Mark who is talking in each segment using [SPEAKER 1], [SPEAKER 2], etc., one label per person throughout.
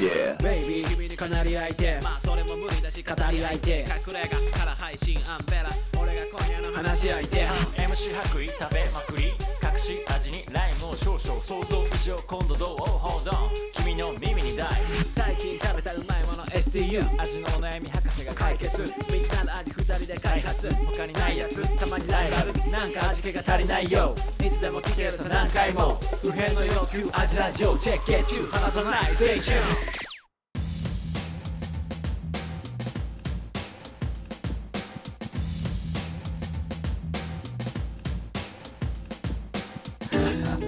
[SPEAKER 1] Yeah
[SPEAKER 2] ベイビー君にかなり相手
[SPEAKER 3] まあそれも無理だし語り合いて隠れ家から配信アンベラ俺が今夜の話
[SPEAKER 2] 話し
[SPEAKER 3] し
[SPEAKER 2] 相
[SPEAKER 3] 相
[SPEAKER 2] 手
[SPEAKER 3] 手
[SPEAKER 4] MC 白衣食べまくり隠し味にライムを少々想像以上今度どう Hold on 君の耳に大
[SPEAKER 3] 最近食べたうまいもの STU
[SPEAKER 4] 味のお悩み博士が
[SPEAKER 3] 解
[SPEAKER 4] 解決
[SPEAKER 3] 決みんなの味二人で開発他にないやつたまにライバルなんか味気が足りないよいつでも聞けると何回も不変の要求味ラジオチェックゲッチュー離さないステーション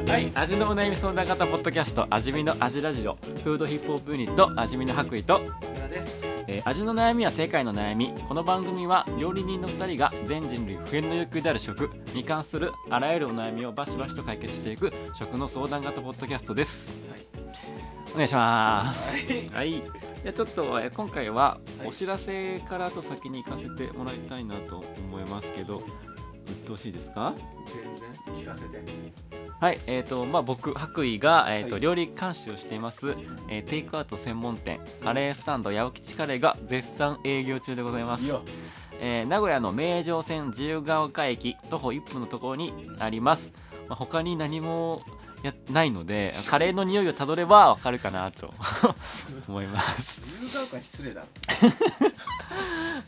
[SPEAKER 4] はい味のお悩み相談型ポッドキャスト味見の味ラジオフードヒップホップユニット味見の白衣と
[SPEAKER 3] です
[SPEAKER 4] えー味の悩みは世界の悩みこの番組は料理人の2人が全人類不変の欲求である食に関するあらゆるお悩みをバシバシと解決していく食の相談型ポッドキャストです、お願いしますはい、じゃあちょっと、えー今回はお知らせからと先に行かせてもらいたいなと思いますけど鬱陶しいですか
[SPEAKER 1] 全然聞かせて
[SPEAKER 4] はい、えーとまあ、僕、白衣が、えーと
[SPEAKER 1] はい
[SPEAKER 4] 料理監修をしています、えーテイクアウト専門店カレースタンド八百吉カレーが絶賛営業中でございます
[SPEAKER 1] いや、
[SPEAKER 4] えー名古屋の名城線自由が丘駅徒歩1分のところにあります、まあ、他に何もやないのでカレーの匂いをたどればわかるかな と思います
[SPEAKER 1] 自由が丘失礼だろ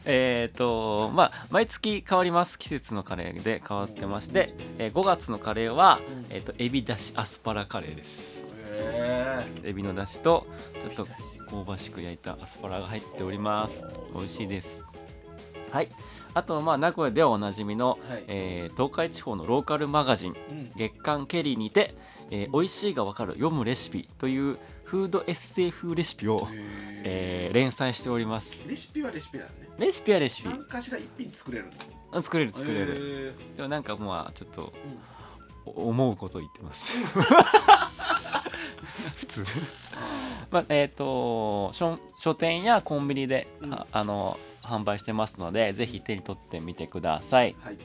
[SPEAKER 4] えっ、とまあ毎月変わります季節のカレーで変わってまして、え5月のカレーは、えー、とエビだしアスパラカレーです
[SPEAKER 1] へ
[SPEAKER 4] エビのだしとちょ
[SPEAKER 1] エ
[SPEAKER 4] っと
[SPEAKER 1] ビだし
[SPEAKER 4] 香ばしく焼いたアスパラが入っております美味しいですはいあとまあ名古屋ではおなじみの、
[SPEAKER 1] はい
[SPEAKER 4] えー東海地方のローカルマガジン
[SPEAKER 1] えうん
[SPEAKER 4] 月刊ケリーにて、えー美味しいがわかる読むレシピというフードエッセイ風レシピを、えー連載しております
[SPEAKER 1] レシピはレシピなのね
[SPEAKER 4] レシピはレシピ
[SPEAKER 1] 何かしら一品作れるの
[SPEAKER 4] うん作れる作れる、
[SPEAKER 1] る
[SPEAKER 4] でもなんかまあちょっとお思うことを言ってます 普通まあえっ、と書書店やコンビニで、
[SPEAKER 1] うん
[SPEAKER 4] ああの販売してますのでぜひ手に取ってみてください、
[SPEAKER 1] はい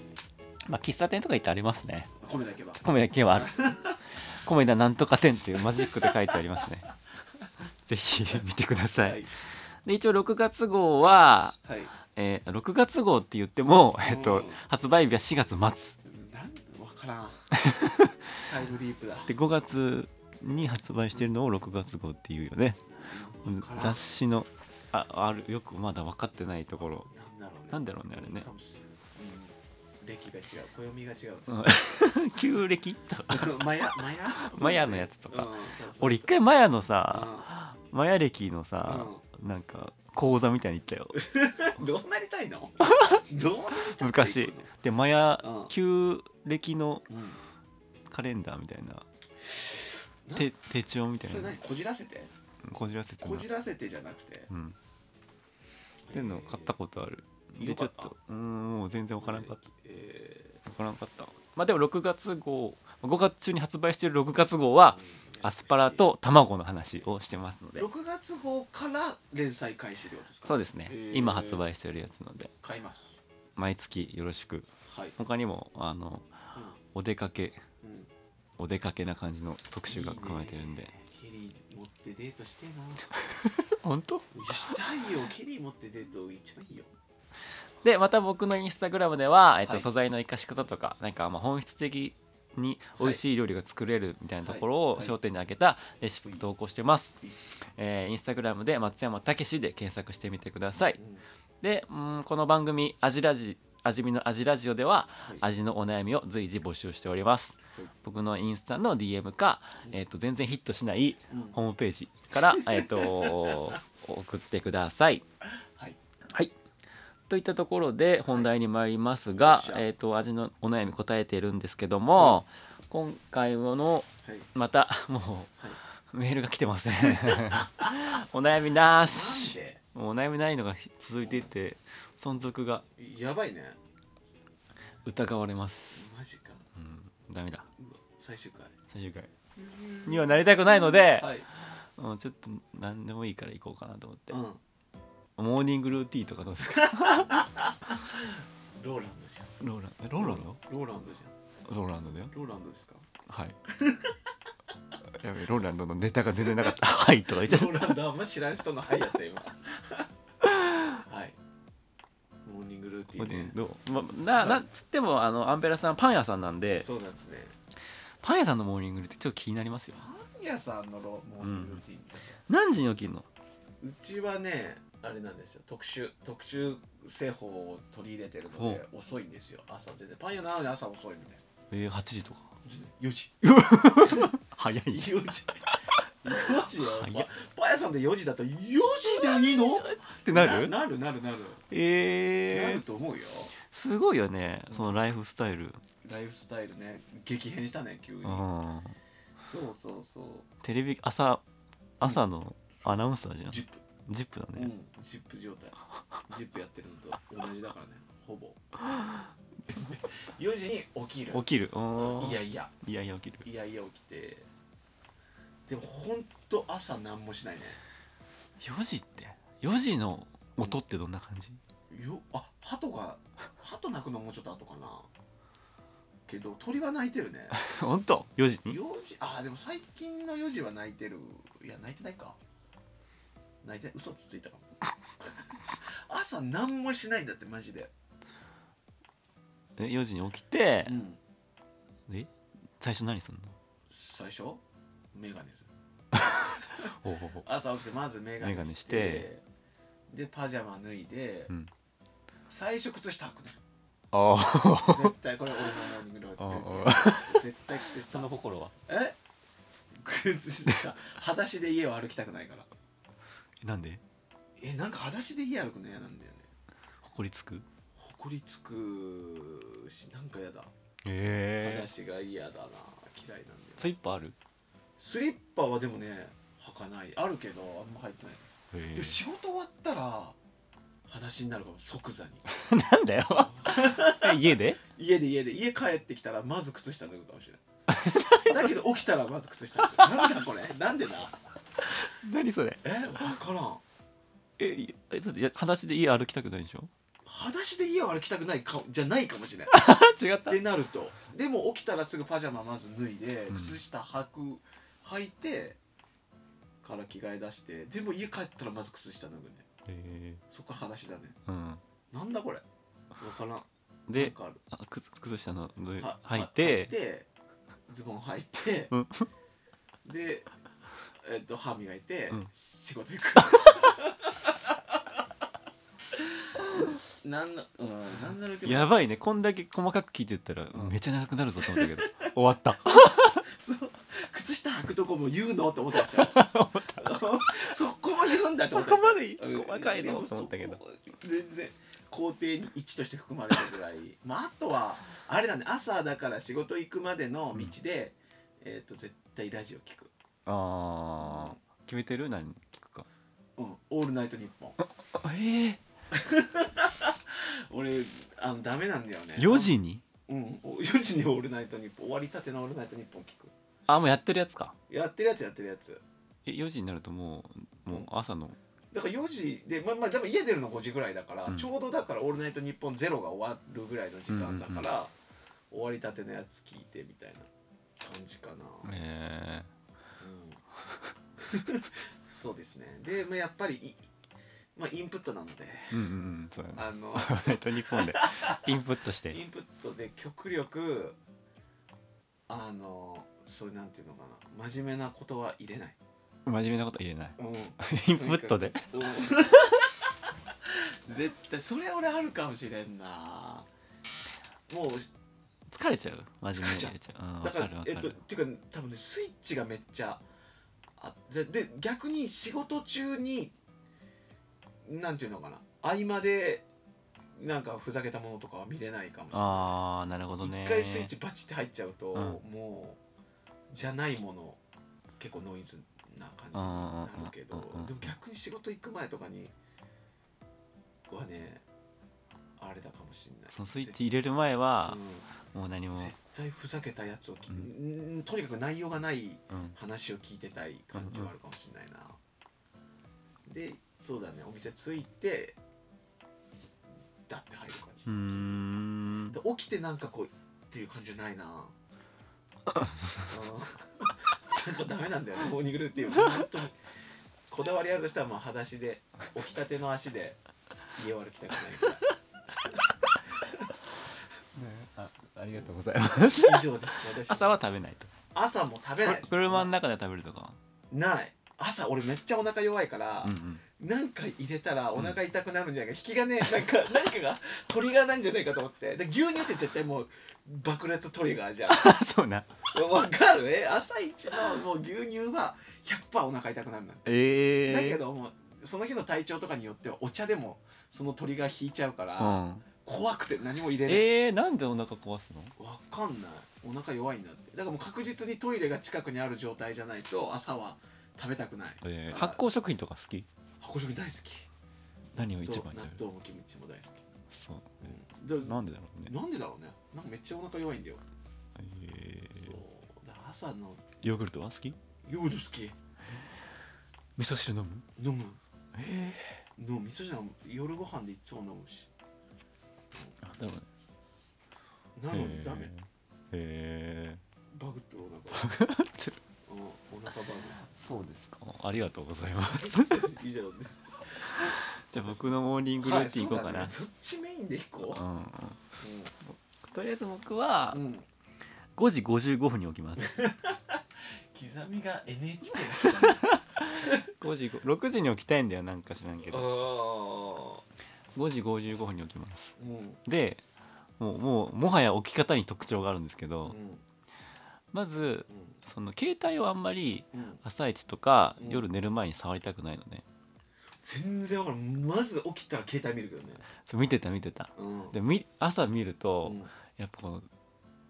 [SPEAKER 4] まあ、喫茶店とか行ってありますね
[SPEAKER 1] 米だけは
[SPEAKER 4] 米だけは ある米田なんとか店っていうマジックで書いてありますねぜひ見てください、
[SPEAKER 1] はい
[SPEAKER 4] で一応6月号は、
[SPEAKER 1] はい
[SPEAKER 4] えー6月号って言っても、えっ
[SPEAKER 1] う
[SPEAKER 4] と
[SPEAKER 1] ん
[SPEAKER 4] 発売日は4月末
[SPEAKER 1] なんわから んタイムリープだ
[SPEAKER 4] で5月に発売してるのを6月号っていうよね
[SPEAKER 1] わからん
[SPEAKER 4] 雑誌のああるよくまだ分かってないところ
[SPEAKER 1] なんだろうね
[SPEAKER 4] なんだろうねあれね
[SPEAKER 1] 多分うん歴が違う暦が違う
[SPEAKER 4] 旧暦とか
[SPEAKER 1] マ ヤマヤ
[SPEAKER 4] マヤのやつとか
[SPEAKER 1] うんそうそうそう
[SPEAKER 4] 俺一回マヤの
[SPEAKER 1] う
[SPEAKER 4] さマヤ歴のさなんか講座みたいに行ったよ
[SPEAKER 1] んどうなりたい のどうなりたい
[SPEAKER 4] 昔でマヤ
[SPEAKER 1] うん
[SPEAKER 4] 旧暦の
[SPEAKER 1] うん
[SPEAKER 4] カレンダーみたいな
[SPEAKER 1] な
[SPEAKER 4] 手手帳みた
[SPEAKER 1] それ
[SPEAKER 4] いな
[SPEAKER 1] 何こじらせて
[SPEAKER 4] こじらせてな
[SPEAKER 1] こじらせてじゃなくて
[SPEAKER 4] うんっていうのを買ったことある
[SPEAKER 1] え
[SPEAKER 4] で
[SPEAKER 1] よ
[SPEAKER 4] ち
[SPEAKER 1] か
[SPEAKER 4] ょ
[SPEAKER 1] っ
[SPEAKER 4] ったとうーんもう全然分からんかった
[SPEAKER 1] えー
[SPEAKER 4] わからんかったまあでも6月号5月中に発売している6月号はアスパラと卵の話をしてますので
[SPEAKER 1] 6月号から連載開始ってことですか
[SPEAKER 4] そうですね、
[SPEAKER 1] えー
[SPEAKER 4] 今発売しているやつなので
[SPEAKER 1] 買います
[SPEAKER 4] 毎月よろしく
[SPEAKER 1] はい、
[SPEAKER 4] 他にもあのお出かけ
[SPEAKER 1] うんうん、
[SPEAKER 4] お出かけな感じの特集が加えてるんで
[SPEAKER 1] いいねケリー持ってデートしてえな
[SPEAKER 4] 本当
[SPEAKER 1] したいよケリー持ってデート一番いいよ
[SPEAKER 4] でまた僕のインスタグラムでは、えっと
[SPEAKER 1] はい
[SPEAKER 4] 素材の生かし方とかなんかまあ本質的に美味しい料理が作れるみたいなところを
[SPEAKER 1] はい
[SPEAKER 4] 焦点に挙げたレシピ投稿してます、
[SPEAKER 1] いいっす
[SPEAKER 4] えーインスタグラムで松山武史で検索してみてください
[SPEAKER 1] うん
[SPEAKER 4] で、うん、この番組「味ラジ」味見の味ラジオでは、
[SPEAKER 1] はい
[SPEAKER 4] 味のお悩みを随時募集しております、
[SPEAKER 1] はい
[SPEAKER 4] 僕のインスタの DM か、えー、と全然ヒットしない
[SPEAKER 1] うん
[SPEAKER 4] ホームページから、え ー、と送ってください
[SPEAKER 1] はい
[SPEAKER 4] はいといったところで本題に参りますが、
[SPEAKER 1] よっしゃ
[SPEAKER 4] えー、と味のお悩み答えているんですけども、今回の
[SPEAKER 1] はい
[SPEAKER 4] また も
[SPEAKER 1] はいう
[SPEAKER 4] メールが来てません お悩みな
[SPEAKER 1] なん
[SPEAKER 4] し
[SPEAKER 1] で
[SPEAKER 4] もうお悩みないのが続いていて存続が
[SPEAKER 1] やばいね
[SPEAKER 4] 疑われます、
[SPEAKER 1] マジか
[SPEAKER 4] うん、ダメだ
[SPEAKER 1] うわ最終回
[SPEAKER 4] 最終回にはなりたくないので、
[SPEAKER 1] はい
[SPEAKER 4] うんちょっと何でもいいから行こうかなと思って、
[SPEAKER 1] うん
[SPEAKER 4] モーニングルーティーとかどうですか
[SPEAKER 1] ローランドじゃん
[SPEAKER 4] ローランえローランド
[SPEAKER 1] ローランドじゃん
[SPEAKER 4] ローランドだよ
[SPEAKER 1] ローランドですか
[SPEAKER 4] はい やべローランドのネタが全然なかった「はい」とか言っちゃ
[SPEAKER 1] ロ
[SPEAKER 4] っ
[SPEAKER 1] ーランドあんま知らん人の「はい」やった 今はいモーニングルーティ
[SPEAKER 4] た
[SPEAKER 1] ンね
[SPEAKER 4] どう、まあ、ななつってもあのアンペラさんパン屋さんなんで
[SPEAKER 1] そうなんですね
[SPEAKER 4] パン屋さんのモーニングルーティンちょっと気になりますよ
[SPEAKER 1] パン屋さんのロモーニングルーティンみたいな
[SPEAKER 4] 何時に起きるの
[SPEAKER 1] うちはねあれなんですよ特殊特殊製法を取り入れてるの
[SPEAKER 4] ほ
[SPEAKER 1] で遅いんですよ朝全然パン屋なのに朝遅いみたいな
[SPEAKER 4] えー、8時とか
[SPEAKER 1] 4時
[SPEAKER 4] 早い
[SPEAKER 1] 4時4時よ
[SPEAKER 4] 早っ
[SPEAKER 1] パパン屋さんで4時だと4時でいいのっ
[SPEAKER 4] ってなる
[SPEAKER 1] なるなるなるな
[SPEAKER 4] え
[SPEAKER 1] る
[SPEAKER 4] ー、
[SPEAKER 1] と思うよ
[SPEAKER 4] すごいよねそのライフスタイル、
[SPEAKER 1] ライフスタイルね激変したね急に
[SPEAKER 4] うん、
[SPEAKER 1] そうそうそう
[SPEAKER 4] テレビ朝朝のアナウンサーじゃん
[SPEAKER 1] ジップ
[SPEAKER 4] 「ZIP」だ
[SPEAKER 1] う
[SPEAKER 4] ね、
[SPEAKER 1] んジップ状態ジップやってるのと同じだからねほぼ4時に起きる
[SPEAKER 4] 起きるおー
[SPEAKER 1] いやいや
[SPEAKER 4] いやいや起きる
[SPEAKER 1] いやいや起きてでもほんと朝何もしないね
[SPEAKER 4] 4時って4時の音ってどんな感じ、
[SPEAKER 1] よあ鳩が鳩鳴くのもうちょっと後かなけど鳥は鳴いてるね
[SPEAKER 4] 本当4時に
[SPEAKER 1] 4時あーでも最近の4時は鳴いてるいや鳴いてないか鳴いてない嘘つついたかも朝何もしないんだってマジで
[SPEAKER 4] え4時に起きて
[SPEAKER 1] う、ん
[SPEAKER 4] え最初何すんの
[SPEAKER 1] 最初メガネする
[SPEAKER 4] おお
[SPEAKER 1] 朝起きてまずメガネ
[SPEAKER 4] メガネ
[SPEAKER 1] して
[SPEAKER 4] して
[SPEAKER 1] でパジャマ脱いで、
[SPEAKER 4] うん
[SPEAKER 1] 最初靴下履くね
[SPEAKER 4] ああ
[SPEAKER 1] 絶対これ俺のモーニングルーティン
[SPEAKER 4] おうおう
[SPEAKER 1] 絶対靴下
[SPEAKER 4] 人の心は
[SPEAKER 1] え靴下裸足で家を歩きたくないから
[SPEAKER 4] なんで
[SPEAKER 1] えなんか裸足で家歩くの嫌なんだよね
[SPEAKER 4] 誇りつく
[SPEAKER 1] ほこりつくしなんか嫌だ裸
[SPEAKER 4] ええ
[SPEAKER 1] 足が嫌だな嫌いなんだよ
[SPEAKER 4] スイッパある
[SPEAKER 1] スリッパはでもね履かないあるけどあんま履いてない
[SPEAKER 4] え
[SPEAKER 1] でも仕事終わったら裸足になるかも即座に
[SPEAKER 4] なんだよ え家で
[SPEAKER 1] 家で家で家帰ってきたらまず靴下脱ぐかもしれないだけど起きたらまず靴下脱ぐなんだこれなんでだ
[SPEAKER 4] 何それ
[SPEAKER 1] え分からん
[SPEAKER 4] えいえだっていや裸足で家歩きたくないでしょ
[SPEAKER 1] 裸足で家を歩きたくないかじゃないかもしれな い
[SPEAKER 4] 違っ
[SPEAKER 1] ったてなるとでも起きたらすぐパジャマまず脱いで
[SPEAKER 4] うん
[SPEAKER 1] 靴下履く履いてから着替え出してでも家帰ったらまず靴下脱ぐね
[SPEAKER 4] え
[SPEAKER 1] そっから裸足だね
[SPEAKER 4] ーうん
[SPEAKER 1] なんだこれ分からんなん
[SPEAKER 4] で
[SPEAKER 1] かある
[SPEAKER 4] あ靴靴下のどういう
[SPEAKER 1] は
[SPEAKER 4] 履い
[SPEAKER 1] は
[SPEAKER 4] て
[SPEAKER 1] でズボン履いて、
[SPEAKER 4] うん
[SPEAKER 1] でえっと歯磨いて、
[SPEAKER 4] うん
[SPEAKER 1] 仕事行 くなんのうんなんのルーティンも
[SPEAKER 4] やばいねこんだけ細かく聞いてったら
[SPEAKER 1] うん
[SPEAKER 4] めちゃ長くなるぞと思ったけど 終わった
[SPEAKER 1] そう靴下履くとこも言うのって思ったで しょそこも言うんだって思った
[SPEAKER 4] そこまでい
[SPEAKER 1] うん
[SPEAKER 4] 細かいの
[SPEAKER 1] でも
[SPEAKER 4] と思ったけど
[SPEAKER 1] そこ全然工程に1として含まれるぐらいまああとはあれだね朝だから仕事行くまでの道で、えっ、と絶対ラジオ聞く
[SPEAKER 4] あー決めてる何聞くか
[SPEAKER 1] うん「オールナイトニッポン
[SPEAKER 4] ええ」
[SPEAKER 1] 俺あのダメなんだよね
[SPEAKER 4] 4時に
[SPEAKER 1] うんお4時に「オールナイトニッポン」終わりたての「オールナイトニッポン」聞く
[SPEAKER 4] あもうやってるやつか
[SPEAKER 1] やってるやつやってるやつ
[SPEAKER 4] え4時になるともうもう朝の
[SPEAKER 1] だから4時でまあまあでも家出るの5時ぐらいだから、
[SPEAKER 4] うん
[SPEAKER 1] ちょうどだから「オールナイトニッポンゼロが終わるぐらいの時間だから、終わりたてのやつ聞いてみたいな感じかな、
[SPEAKER 4] え
[SPEAKER 1] うん、 そうですねで、まあ、やっぱりいまあインプットなので
[SPEAKER 4] えうんうんうんそうやな
[SPEAKER 1] あの
[SPEAKER 4] えっと日本で インプットし
[SPEAKER 1] イ
[SPEAKER 4] て
[SPEAKER 1] ンプットで極力あのそうなんていうのかな真面目なことは入れない、
[SPEAKER 4] 真面目なことは入 れない
[SPEAKER 1] うん、
[SPEAKER 4] インプットで
[SPEAKER 1] うん絶対それ俺あるかもしれんなもう
[SPEAKER 4] 疲れちゃう真面目に
[SPEAKER 1] 疲
[SPEAKER 4] 入
[SPEAKER 1] れ
[SPEAKER 4] れちゃううん
[SPEAKER 1] だ
[SPEAKER 4] わ
[SPEAKER 1] か
[SPEAKER 4] からるわ
[SPEAKER 1] えっ
[SPEAKER 4] か
[SPEAKER 1] とっ
[SPEAKER 4] る
[SPEAKER 1] ていうか多分ねスイッチがめっちゃあでで逆に仕事中になんていうのかな合間でなんかふざけたものとかは見れないかもしれない
[SPEAKER 4] ああなるほどね
[SPEAKER 1] 一回スイッチバチって入っちゃうと、
[SPEAKER 4] うん
[SPEAKER 1] もうじゃないもの結構ノイズな感じになるけど、
[SPEAKER 4] うんうんうんうんうん
[SPEAKER 1] でも逆に仕事行く前とかにはねあれだかもしんない
[SPEAKER 4] そのスイッチ入れる前は
[SPEAKER 1] う
[SPEAKER 4] もう何も
[SPEAKER 1] ん、絶対ふざけたやつを聞、
[SPEAKER 4] う
[SPEAKER 1] うんとにかく内容がない
[SPEAKER 4] うん
[SPEAKER 1] 話を聞いてたい感じはあるかもしれないな、でそうだねお店着いてだって入る感じ、
[SPEAKER 4] うーん
[SPEAKER 1] で 起きてなんかこうっていう感じじゃないなうんなんかダメ なんだよねモーニングルーティンは本当にこだわりあるとしたらもう裸足で起きたての足で家を歩きたくないから
[SPEAKER 4] あありがとうございます
[SPEAKER 1] 以上です私
[SPEAKER 4] 朝は食べないと
[SPEAKER 1] 朝も食べない
[SPEAKER 4] こ車の中で食べるとか
[SPEAKER 1] ない朝俺めっちゃお腹弱いから
[SPEAKER 4] う、ん
[SPEAKER 1] なんか入れたらお腹痛くなるんじゃないか、引き金なんか何かがトリガーなんじゃないかと思ってで牛乳って絶対もう爆裂トリガーじゃ
[SPEAKER 4] うんん そうな
[SPEAKER 1] わかるえ朝一のもう牛乳は100%お腹痛くなるの
[SPEAKER 4] ええ
[SPEAKER 1] だけどもうその日の体調とかによってはお茶でもそのトリガー引いちゃうから、
[SPEAKER 4] うん、
[SPEAKER 1] 怖くて何も入れない
[SPEAKER 4] えー、なんでお腹壊すの
[SPEAKER 1] わかんないお腹弱いんだってだからもう確実にトイレが近くにある状態じゃないと朝は食べたくない、
[SPEAKER 4] えー、発酵食品とか好き
[SPEAKER 1] 箱食大好き
[SPEAKER 4] 何を一
[SPEAKER 1] と
[SPEAKER 4] 番に
[SPEAKER 1] 納
[SPEAKER 4] 食べる
[SPEAKER 1] 豆もキムチも大好き
[SPEAKER 4] そう、
[SPEAKER 1] だ
[SPEAKER 4] えーなんでだろうね、
[SPEAKER 1] なんでだろうねなんかめっちゃお腹弱いんだよ、
[SPEAKER 4] えー
[SPEAKER 1] そうだから朝の
[SPEAKER 4] ヨーグルトは好き
[SPEAKER 1] ヨーグルト好き
[SPEAKER 4] 味噌汁飲む
[SPEAKER 1] 飲む飲む味噌汁は夜ご飯でいつも飲むし
[SPEAKER 4] あだろうね
[SPEAKER 1] なのにダメ
[SPEAKER 4] え
[SPEAKER 1] バグってるお腹うんお腹バ
[SPEAKER 4] そうですかありがとうございます
[SPEAKER 1] グ以上です
[SPEAKER 4] じゃあ僕のモーニングルーティン行こうかな、
[SPEAKER 1] はいそうだね、そっちメインで行こ
[SPEAKER 4] うんうん
[SPEAKER 1] う、
[SPEAKER 4] とりあえず僕は
[SPEAKER 1] うんうん、
[SPEAKER 4] 5時55分に起きます
[SPEAKER 1] 刻みが NHK の刻み
[SPEAKER 4] 5時6時に起きたいんだよなんか知らんけど
[SPEAKER 1] あ
[SPEAKER 4] 5時55分に起きます
[SPEAKER 1] ーうん
[SPEAKER 4] でもうもうもはや起き方に特徴があるんですけ
[SPEAKER 1] う
[SPEAKER 4] ど、
[SPEAKER 1] ん
[SPEAKER 4] まず
[SPEAKER 1] う
[SPEAKER 4] その携帯をあんまり
[SPEAKER 1] んうん
[SPEAKER 4] 朝一とか
[SPEAKER 1] うん
[SPEAKER 4] 夜寝る前に触りたくないのね、
[SPEAKER 1] 全然わからんまず起きたら携帯見るけどね
[SPEAKER 4] そう見てた見てた
[SPEAKER 1] うん
[SPEAKER 4] でみ朝見る
[SPEAKER 1] う
[SPEAKER 4] と、
[SPEAKER 1] ん
[SPEAKER 4] やっぱこの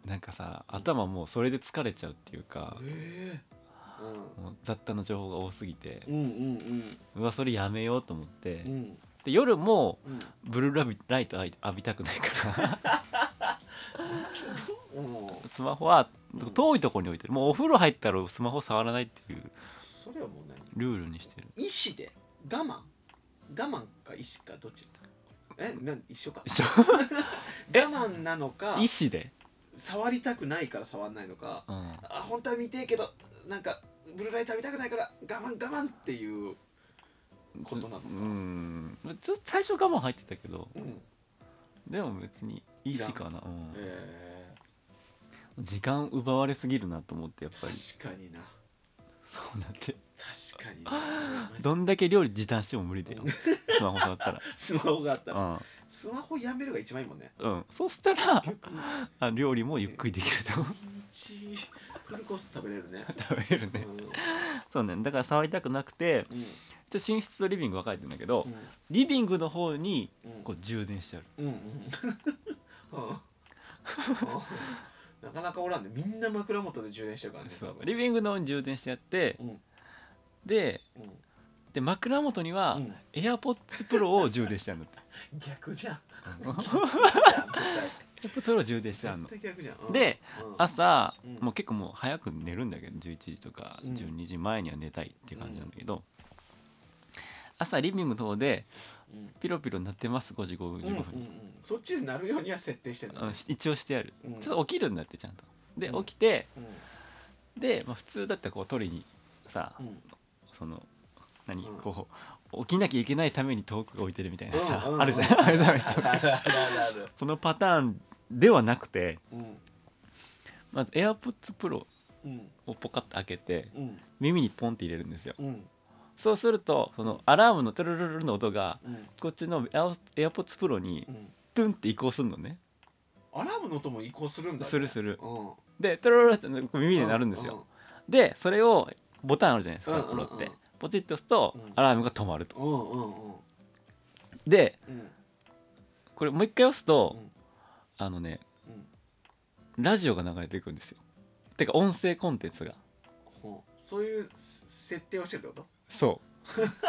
[SPEAKER 4] なんかさ頭もうそれで疲れちゃうっていうか、
[SPEAKER 1] ええ
[SPEAKER 4] もう雑多な情報が多すぎて、
[SPEAKER 1] うんうんうん
[SPEAKER 4] うわそれやめようと思って、
[SPEAKER 1] うんうん
[SPEAKER 4] で夜も
[SPEAKER 1] うん
[SPEAKER 4] ブルーラビライト浴び浴びたくないから
[SPEAKER 1] うん
[SPEAKER 4] スマホは
[SPEAKER 1] うん
[SPEAKER 4] 遠いところに置いてるもうお風呂入ったらスマホ触らないっていう
[SPEAKER 1] それはもう何
[SPEAKER 4] ルールにしてる
[SPEAKER 1] 意思で我慢我慢か意思かどっちえなん一緒か
[SPEAKER 4] 一緒
[SPEAKER 1] 我慢なのか
[SPEAKER 4] 意思で、
[SPEAKER 1] 触りたくないから触んないのか
[SPEAKER 4] うん、
[SPEAKER 1] あ本当は見てえけどなんかブルーライト見たくないから我慢我慢っていうことなの
[SPEAKER 4] うーんず最初我慢入ってたけど
[SPEAKER 1] うん
[SPEAKER 4] でも別に意思かな、うん
[SPEAKER 1] え
[SPEAKER 4] 時間奪われすぎるなと思ってやっぱり
[SPEAKER 1] ー、確かにな
[SPEAKER 4] そうなって
[SPEAKER 1] 確かにな
[SPEAKER 4] どんだけ料理時短しても無理 だよ
[SPEAKER 1] うん
[SPEAKER 4] スマホ触った
[SPEAKER 1] スマホがあったら
[SPEAKER 4] ら
[SPEAKER 1] スマホやめるが一番いいもんね
[SPEAKER 4] うん、うん、そうしたら
[SPEAKER 1] 逆に
[SPEAKER 4] あ料理もゆっくりできると思う
[SPEAKER 1] 一フルコース食べれるね
[SPEAKER 4] 食べれるねそうねだから触りたくなくて
[SPEAKER 1] うん
[SPEAKER 4] ちょ寝室とリビング分かれてるんだけど、
[SPEAKER 1] うん
[SPEAKER 4] リビングの方に
[SPEAKER 1] うん
[SPEAKER 4] こう充電してある
[SPEAKER 1] うんうんうんなかなかおらんねみんな枕元で充電してるからね
[SPEAKER 4] そ
[SPEAKER 1] 多
[SPEAKER 4] う
[SPEAKER 1] 分
[SPEAKER 4] リビングの方に充電してあって
[SPEAKER 1] うん
[SPEAKER 4] で
[SPEAKER 1] うん
[SPEAKER 4] で枕元には、
[SPEAKER 1] うん
[SPEAKER 4] エアポッツプロを充電してあるの
[SPEAKER 1] 逆じゃん
[SPEAKER 4] うん
[SPEAKER 1] 逆じゃん絶対
[SPEAKER 4] エアポッツプロを充電してあるの
[SPEAKER 1] 絶対逆じゃんうん
[SPEAKER 4] で
[SPEAKER 1] うん
[SPEAKER 4] 朝、
[SPEAKER 1] うん
[SPEAKER 4] もう結構もう早く寝るんだけど11時とか
[SPEAKER 1] うん
[SPEAKER 4] 12時前には寝たいっていう感じなんだけど、朝リビングの方で
[SPEAKER 1] うん
[SPEAKER 4] ピロピロ鳴ってます5時55
[SPEAKER 1] うんうんう
[SPEAKER 4] 分、
[SPEAKER 1] んそっちになるようには設定してんだ
[SPEAKER 4] あ
[SPEAKER 1] ね
[SPEAKER 4] のし一応してある、
[SPEAKER 1] うん
[SPEAKER 4] ちょっと起きるんだってちゃんとで
[SPEAKER 1] うん
[SPEAKER 4] 起きて
[SPEAKER 1] うん
[SPEAKER 4] で、まあ、普通だったらこう取りにさ、
[SPEAKER 1] うん
[SPEAKER 4] その何、
[SPEAKER 1] うん
[SPEAKER 4] こう起きなきゃいけないために遠く置いてるみたいなさ、
[SPEAKER 1] うんうんうん
[SPEAKER 4] あるじゃん あるじゃん
[SPEAKER 1] あるあるある
[SPEAKER 4] そのパターンではなくて
[SPEAKER 1] うん
[SPEAKER 4] まず AirPods Pro
[SPEAKER 1] うん
[SPEAKER 4] をポカッと開けて
[SPEAKER 1] うん
[SPEAKER 4] 耳にポンって入れるんですよ
[SPEAKER 1] うん
[SPEAKER 4] そうするとそのアラームのトゥルルルルの音が
[SPEAKER 1] うん
[SPEAKER 4] こっちの Air- AirPods Pro に
[SPEAKER 1] うん
[SPEAKER 4] トゥンって移行するのね
[SPEAKER 1] アラームの音も移行するんだね
[SPEAKER 4] するする
[SPEAKER 1] うん
[SPEAKER 4] でトゥルルルルって耳で鳴るんですよ、でそれをボタンあるじゃないですか、
[SPEAKER 1] うんうんうん
[SPEAKER 4] ポロってポチッと押すと、
[SPEAKER 1] うん
[SPEAKER 4] アラームが止まると
[SPEAKER 1] うんうんうんうん
[SPEAKER 4] で
[SPEAKER 1] うん
[SPEAKER 4] これもう一回押すと、
[SPEAKER 1] うん
[SPEAKER 4] あのね
[SPEAKER 1] うん
[SPEAKER 4] ラジオが流れていくんですよてか音声コンテンツが
[SPEAKER 1] ほうそういう設定をしてるってこと
[SPEAKER 4] そ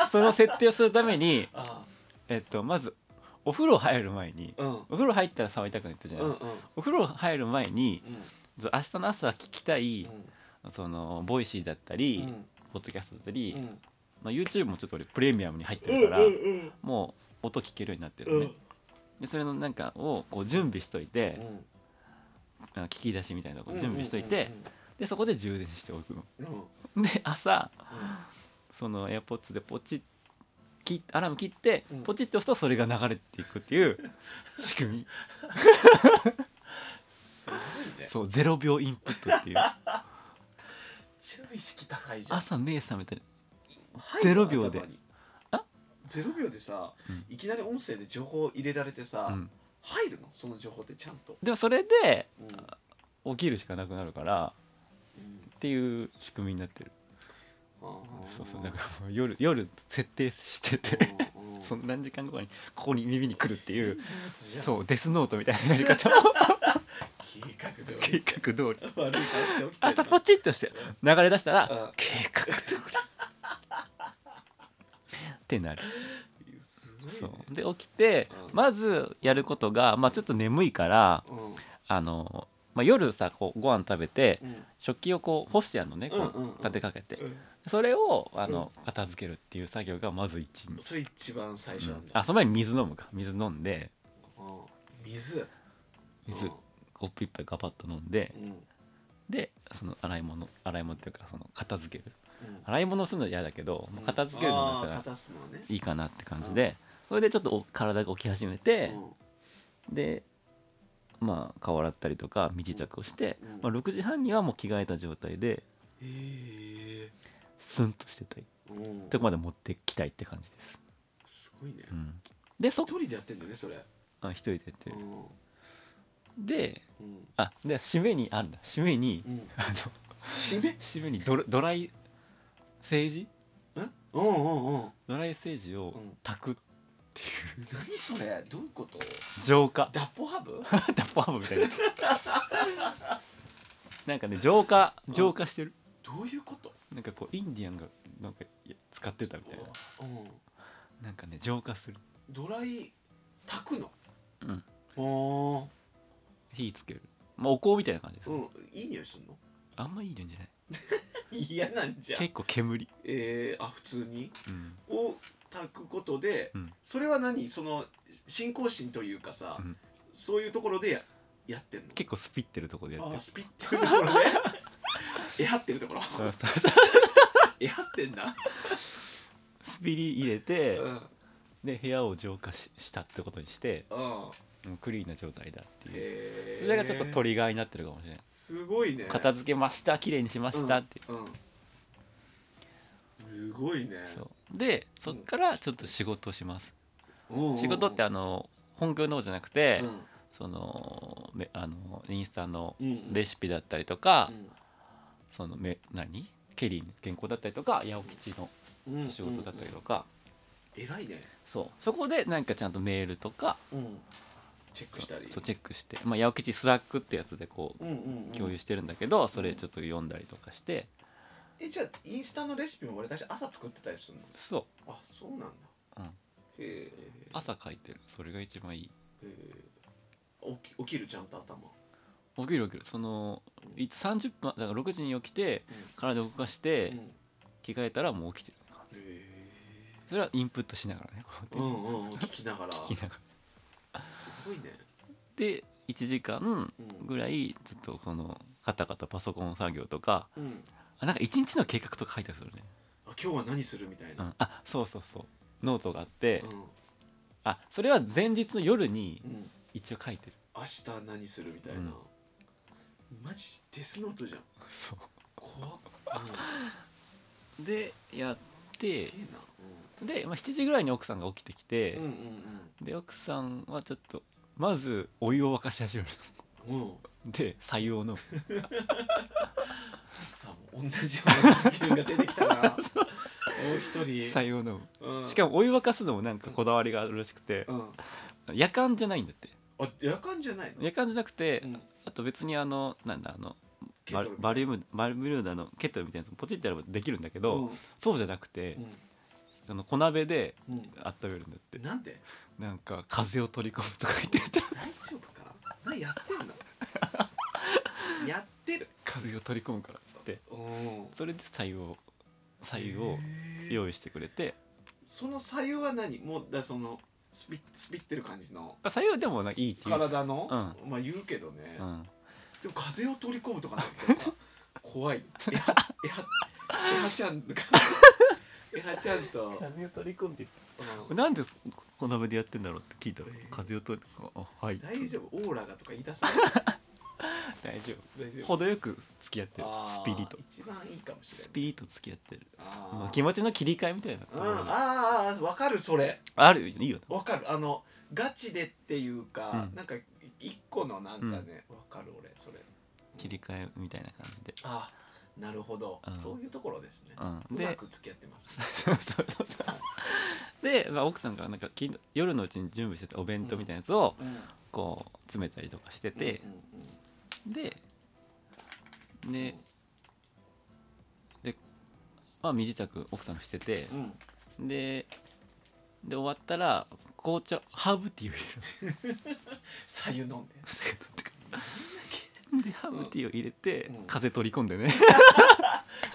[SPEAKER 4] う その設定をするために、
[SPEAKER 1] あ
[SPEAKER 4] えっと、まずお風呂入る前に
[SPEAKER 1] あうんうん
[SPEAKER 4] お風呂入ったら触りたくなったじゃない、
[SPEAKER 1] うんうん
[SPEAKER 4] お風呂入る前にそう明日の朝聞きたい、
[SPEAKER 1] う
[SPEAKER 4] そのボイシーだったり、
[SPEAKER 1] ん
[SPEAKER 4] ポッドキャストだったり、
[SPEAKER 1] うん
[SPEAKER 4] まあ、YouTube もちょっと俺プレミアムに入ってるから、
[SPEAKER 1] うんうん
[SPEAKER 4] もう音聞けるようになってる
[SPEAKER 1] う
[SPEAKER 4] の
[SPEAKER 1] ん
[SPEAKER 4] ね、でそれのなんかをこう準備しといて
[SPEAKER 1] う、ん
[SPEAKER 4] あの聞き出しみたいなのをこう準備しといて、でそこで充電しておくの
[SPEAKER 1] うんうん
[SPEAKER 4] で朝その AirPods でポチッきアラーム切って
[SPEAKER 1] うん
[SPEAKER 4] ポチッと押すとそれが流れていくっていう 仕組み
[SPEAKER 1] すごいね
[SPEAKER 4] そう0秒インプットっていう
[SPEAKER 1] 注意識高いじゃん
[SPEAKER 4] 朝目覚めて
[SPEAKER 1] 入
[SPEAKER 4] ゼ
[SPEAKER 1] る
[SPEAKER 4] ロ秒で
[SPEAKER 1] 頭に
[SPEAKER 4] あ
[SPEAKER 1] ゼロ秒でさ、
[SPEAKER 4] うん
[SPEAKER 1] いきなり音声で情報入れられてさ、
[SPEAKER 4] うん
[SPEAKER 1] 入るのその情報ってちゃんと、
[SPEAKER 4] でもそれで
[SPEAKER 1] うん
[SPEAKER 4] 起きるしかなくなるから
[SPEAKER 1] うん
[SPEAKER 4] っていう仕組みになってる
[SPEAKER 1] あー
[SPEAKER 4] そうそうだからもう夜夜設定してて
[SPEAKER 1] うんうん
[SPEAKER 4] その何時間後にここに耳に来るっていう
[SPEAKER 1] じゃあ
[SPEAKER 4] そうデスノートみたいなやり方を
[SPEAKER 1] 計画通
[SPEAKER 4] 計
[SPEAKER 1] り
[SPEAKER 4] 画 通り
[SPEAKER 1] 悪い顔しておきたいな
[SPEAKER 4] 朝ポチッとして流れ出した
[SPEAKER 1] うん
[SPEAKER 4] ら計画通り ってなる
[SPEAKER 1] す
[SPEAKER 4] そ
[SPEAKER 1] ごいね
[SPEAKER 4] うで起きて
[SPEAKER 1] うん
[SPEAKER 4] まずやることが、まあ、ちょっと眠いから
[SPEAKER 1] うん
[SPEAKER 4] あの、まあ、夜さこうご飯食べて
[SPEAKER 1] うん
[SPEAKER 4] 食器をこう干してやるのねこ
[SPEAKER 1] うんうんうん
[SPEAKER 4] う立てかけて
[SPEAKER 1] うん
[SPEAKER 4] それをあの片付けるっていう作業がまず一日、
[SPEAKER 1] それ一番最初
[SPEAKER 4] う
[SPEAKER 1] なんんだ、
[SPEAKER 4] あその前に水飲むか水飲んで
[SPEAKER 1] うん水
[SPEAKER 4] 水
[SPEAKER 1] うん
[SPEAKER 4] コップ一杯ガバッと飲んで
[SPEAKER 1] うんうん
[SPEAKER 4] でその洗い物洗い物っていうかその片付ける洗い物するのは嫌だけどもう片付けるのだ
[SPEAKER 1] あー
[SPEAKER 4] ったら
[SPEAKER 1] 片すのはね
[SPEAKER 4] いいかなって感じでそれでちょっとお体が起き始めてでまあ顔洗ったりとか身支度をして
[SPEAKER 1] うん、
[SPEAKER 4] まあ、6時半にはもう着替えた状態で
[SPEAKER 1] うんへえ
[SPEAKER 4] スンとしてたい
[SPEAKER 1] うん
[SPEAKER 4] とこまで持ってきたいって感じです、
[SPEAKER 1] すごいね
[SPEAKER 4] うん、でそ
[SPEAKER 1] 一人でやってんだよねそれ
[SPEAKER 4] あ一人でやって
[SPEAKER 1] う
[SPEAKER 4] る
[SPEAKER 1] ん
[SPEAKER 4] で
[SPEAKER 1] うん
[SPEAKER 4] あで締めにあるんだ締めに
[SPEAKER 1] うん
[SPEAKER 4] あの
[SPEAKER 1] 締め
[SPEAKER 4] 締めにドラドライ政治
[SPEAKER 1] うんうんうんうん
[SPEAKER 4] ドライ政治を
[SPEAKER 1] うん
[SPEAKER 4] 炊く
[SPEAKER 1] 何それどういうこと
[SPEAKER 4] 浄化
[SPEAKER 1] 脱法ハブ
[SPEAKER 4] ダッパーブみたいな なんかね浄化浄化してる
[SPEAKER 1] どういうこと
[SPEAKER 4] なんかこうインディアンがなんかいや使ってたみたいな
[SPEAKER 1] うん
[SPEAKER 4] なんかね浄化する
[SPEAKER 1] ドライ炊くの
[SPEAKER 4] うん
[SPEAKER 1] お
[SPEAKER 4] 火つけるまあお香みたいな感じです、
[SPEAKER 1] うんいい匂いすんの
[SPEAKER 4] あんまいいんじゃない
[SPEAKER 1] 嫌なんじゃん
[SPEAKER 4] 結構煙
[SPEAKER 1] えー、あ普通に
[SPEAKER 4] うん
[SPEAKER 1] を炊くことで、
[SPEAKER 4] うん
[SPEAKER 1] それは何その信仰心というかさ、
[SPEAKER 4] うん
[SPEAKER 1] そういうところでややってんの
[SPEAKER 4] 結構スピってるとこでやって
[SPEAKER 1] あ
[SPEAKER 4] る
[SPEAKER 1] ースピってると ころねえはってるところ
[SPEAKER 4] そうそうそう
[SPEAKER 1] えはってんだ、
[SPEAKER 4] スピリ入れ
[SPEAKER 1] う
[SPEAKER 4] て、
[SPEAKER 1] んうん
[SPEAKER 4] で部屋を浄化ししたってことにしてもうクリーンな状態だっていう、
[SPEAKER 1] へー
[SPEAKER 4] それがちょっとトリガーになってるかもしれない、
[SPEAKER 1] すごいね
[SPEAKER 4] 片付けました綺麗にしましたって、
[SPEAKER 1] うん、うんすごいね
[SPEAKER 4] そうでそっからちょっと仕事をします、
[SPEAKER 1] うんうん
[SPEAKER 4] 仕事ってあの本業の方じゃなくて、
[SPEAKER 1] うん
[SPEAKER 4] そのめあのインスタの
[SPEAKER 1] うん
[SPEAKER 4] レシピだったりとか、
[SPEAKER 1] うん
[SPEAKER 4] そのめ何ケリーの健康だったりとか八百吉の
[SPEAKER 1] うん
[SPEAKER 4] 仕事だったりとか、
[SPEAKER 1] うん偉いね
[SPEAKER 4] そうそこでなんかちゃんとメールとか
[SPEAKER 1] うんチェックしたり
[SPEAKER 4] そうチェックして、まあ、八百吉スラックってやつでこう
[SPEAKER 1] うんうんうん
[SPEAKER 4] 共有してるんだけど、それちょっと読んだりとかして
[SPEAKER 1] えじゃあインスタのレシピも俺が朝作ってたりするの
[SPEAKER 4] そ
[SPEAKER 1] あそうなんだ
[SPEAKER 4] う、うん、
[SPEAKER 1] へえ
[SPEAKER 4] 朝書いてるそれが一番いい
[SPEAKER 1] へー起き起きるちゃんと頭
[SPEAKER 4] 起きる起きるそのい30分だから6時に起きて
[SPEAKER 1] うん
[SPEAKER 4] 体を動かし
[SPEAKER 1] う
[SPEAKER 4] て
[SPEAKER 1] ん
[SPEAKER 4] 着替えたらもう起きてる感じ
[SPEAKER 1] へ
[SPEAKER 4] それはインプットしながらねこう
[SPEAKER 1] ーうんうんうん聞きながら
[SPEAKER 4] 聞きながら
[SPEAKER 1] すごいね
[SPEAKER 4] で1時間
[SPEAKER 1] うん
[SPEAKER 4] ぐらいちょっとこのカタカタパソコン作業とか
[SPEAKER 1] うん
[SPEAKER 4] あなんか1日の計画とか書いたりするね、、
[SPEAKER 1] あ今日は何するみたいうなん
[SPEAKER 4] あそうそうそうノートがあって
[SPEAKER 1] うん
[SPEAKER 4] あそれは前日の夜に
[SPEAKER 1] うん
[SPEAKER 4] 一応書いてる
[SPEAKER 1] 明日何するみたいな
[SPEAKER 4] うん
[SPEAKER 1] マジデスノートじゃん
[SPEAKER 4] そ
[SPEAKER 1] 怖っ
[SPEAKER 4] うでやっ
[SPEAKER 1] うん
[SPEAKER 4] て
[SPEAKER 1] すげえな
[SPEAKER 4] で、まあ、7時ぐらいに奥さんが起きてきて、
[SPEAKER 1] うんうん
[SPEAKER 4] で奥さんはちょっとまずお湯を沸かし始める
[SPEAKER 1] うんうんうん
[SPEAKER 4] で白湯を飲む
[SPEAKER 1] さあもう同じような人間が出てき たなもう一人
[SPEAKER 4] 白湯を飲む
[SPEAKER 1] うん
[SPEAKER 4] しかもお湯沸かすのもなんかこだわりがあるらしくて
[SPEAKER 1] うん
[SPEAKER 4] 夜間じゃないんだって
[SPEAKER 1] あ夜間じゃないの
[SPEAKER 4] 夜間じゃなくて
[SPEAKER 1] うん
[SPEAKER 4] あと別にあのなんだあの
[SPEAKER 1] ケト
[SPEAKER 4] バ
[SPEAKER 1] ルみたいな
[SPEAKER 4] バリウムバリウムダのケトルみたいなやつポチってやればできるんだけど、
[SPEAKER 1] うん
[SPEAKER 4] そうじゃなくて
[SPEAKER 1] う、
[SPEAKER 4] あの小鍋で
[SPEAKER 1] んうん
[SPEAKER 4] 温めるんだって
[SPEAKER 1] なんで
[SPEAKER 4] なんか風を取り込むとか言ってた
[SPEAKER 1] 大丈夫かなやって んのやってる
[SPEAKER 4] 風を取り込むからっつって
[SPEAKER 1] うん
[SPEAKER 4] それで白湯を白湯を用意してくれて
[SPEAKER 1] その左右は何もうだそのスピスピってる感じの
[SPEAKER 4] 白湯でもなんかいいっていうし
[SPEAKER 1] 体の、まあ言うけどね、
[SPEAKER 4] うん
[SPEAKER 1] でも風を取り込むとかなってさ怖いえはえはえはちゃん とかえはちゃんと、うん
[SPEAKER 4] 風を取り込んでなんで小鍋でやってんだろうって聞いたら風を取りああはい
[SPEAKER 1] 大丈夫オーラがとか言い出さない
[SPEAKER 4] 大丈
[SPEAKER 1] 大丈
[SPEAKER 4] 夫
[SPEAKER 1] 夫
[SPEAKER 4] 程よく付き合ってる
[SPEAKER 1] あー
[SPEAKER 4] スピリと
[SPEAKER 1] 一番いいかもしれない
[SPEAKER 4] スピリと付き合ってる
[SPEAKER 1] あー
[SPEAKER 4] まあ、気持ちの切り替えみたいな
[SPEAKER 1] うん、あーあーわかるそれ
[SPEAKER 4] あるよねいいよね
[SPEAKER 1] わかるあのガチでっていうか、
[SPEAKER 4] うん
[SPEAKER 1] なんか一個のなんかねわ、かる俺それ
[SPEAKER 4] 切り替えみたいな感 じで
[SPEAKER 1] あーなるほど、
[SPEAKER 4] うん
[SPEAKER 1] そういうところですね、
[SPEAKER 4] う
[SPEAKER 1] うんま
[SPEAKER 4] で
[SPEAKER 1] く付き合ってます
[SPEAKER 4] そうそうそうで、まあ、奥さんがなんかき夜のうちに準備してたお弁当みたいなやつを
[SPEAKER 1] うん
[SPEAKER 4] こう詰めたりとかしてて
[SPEAKER 1] う、んうんうん
[SPEAKER 4] ででで、まあ、身支度奥さんがしてて
[SPEAKER 1] うん、
[SPEAKER 4] でで終わったら紅茶ハーブティーを入れるん
[SPEAKER 1] 左右飲んで
[SPEAKER 4] ですけどでハーブティーを入れて、
[SPEAKER 1] うん
[SPEAKER 4] 風取り込んでね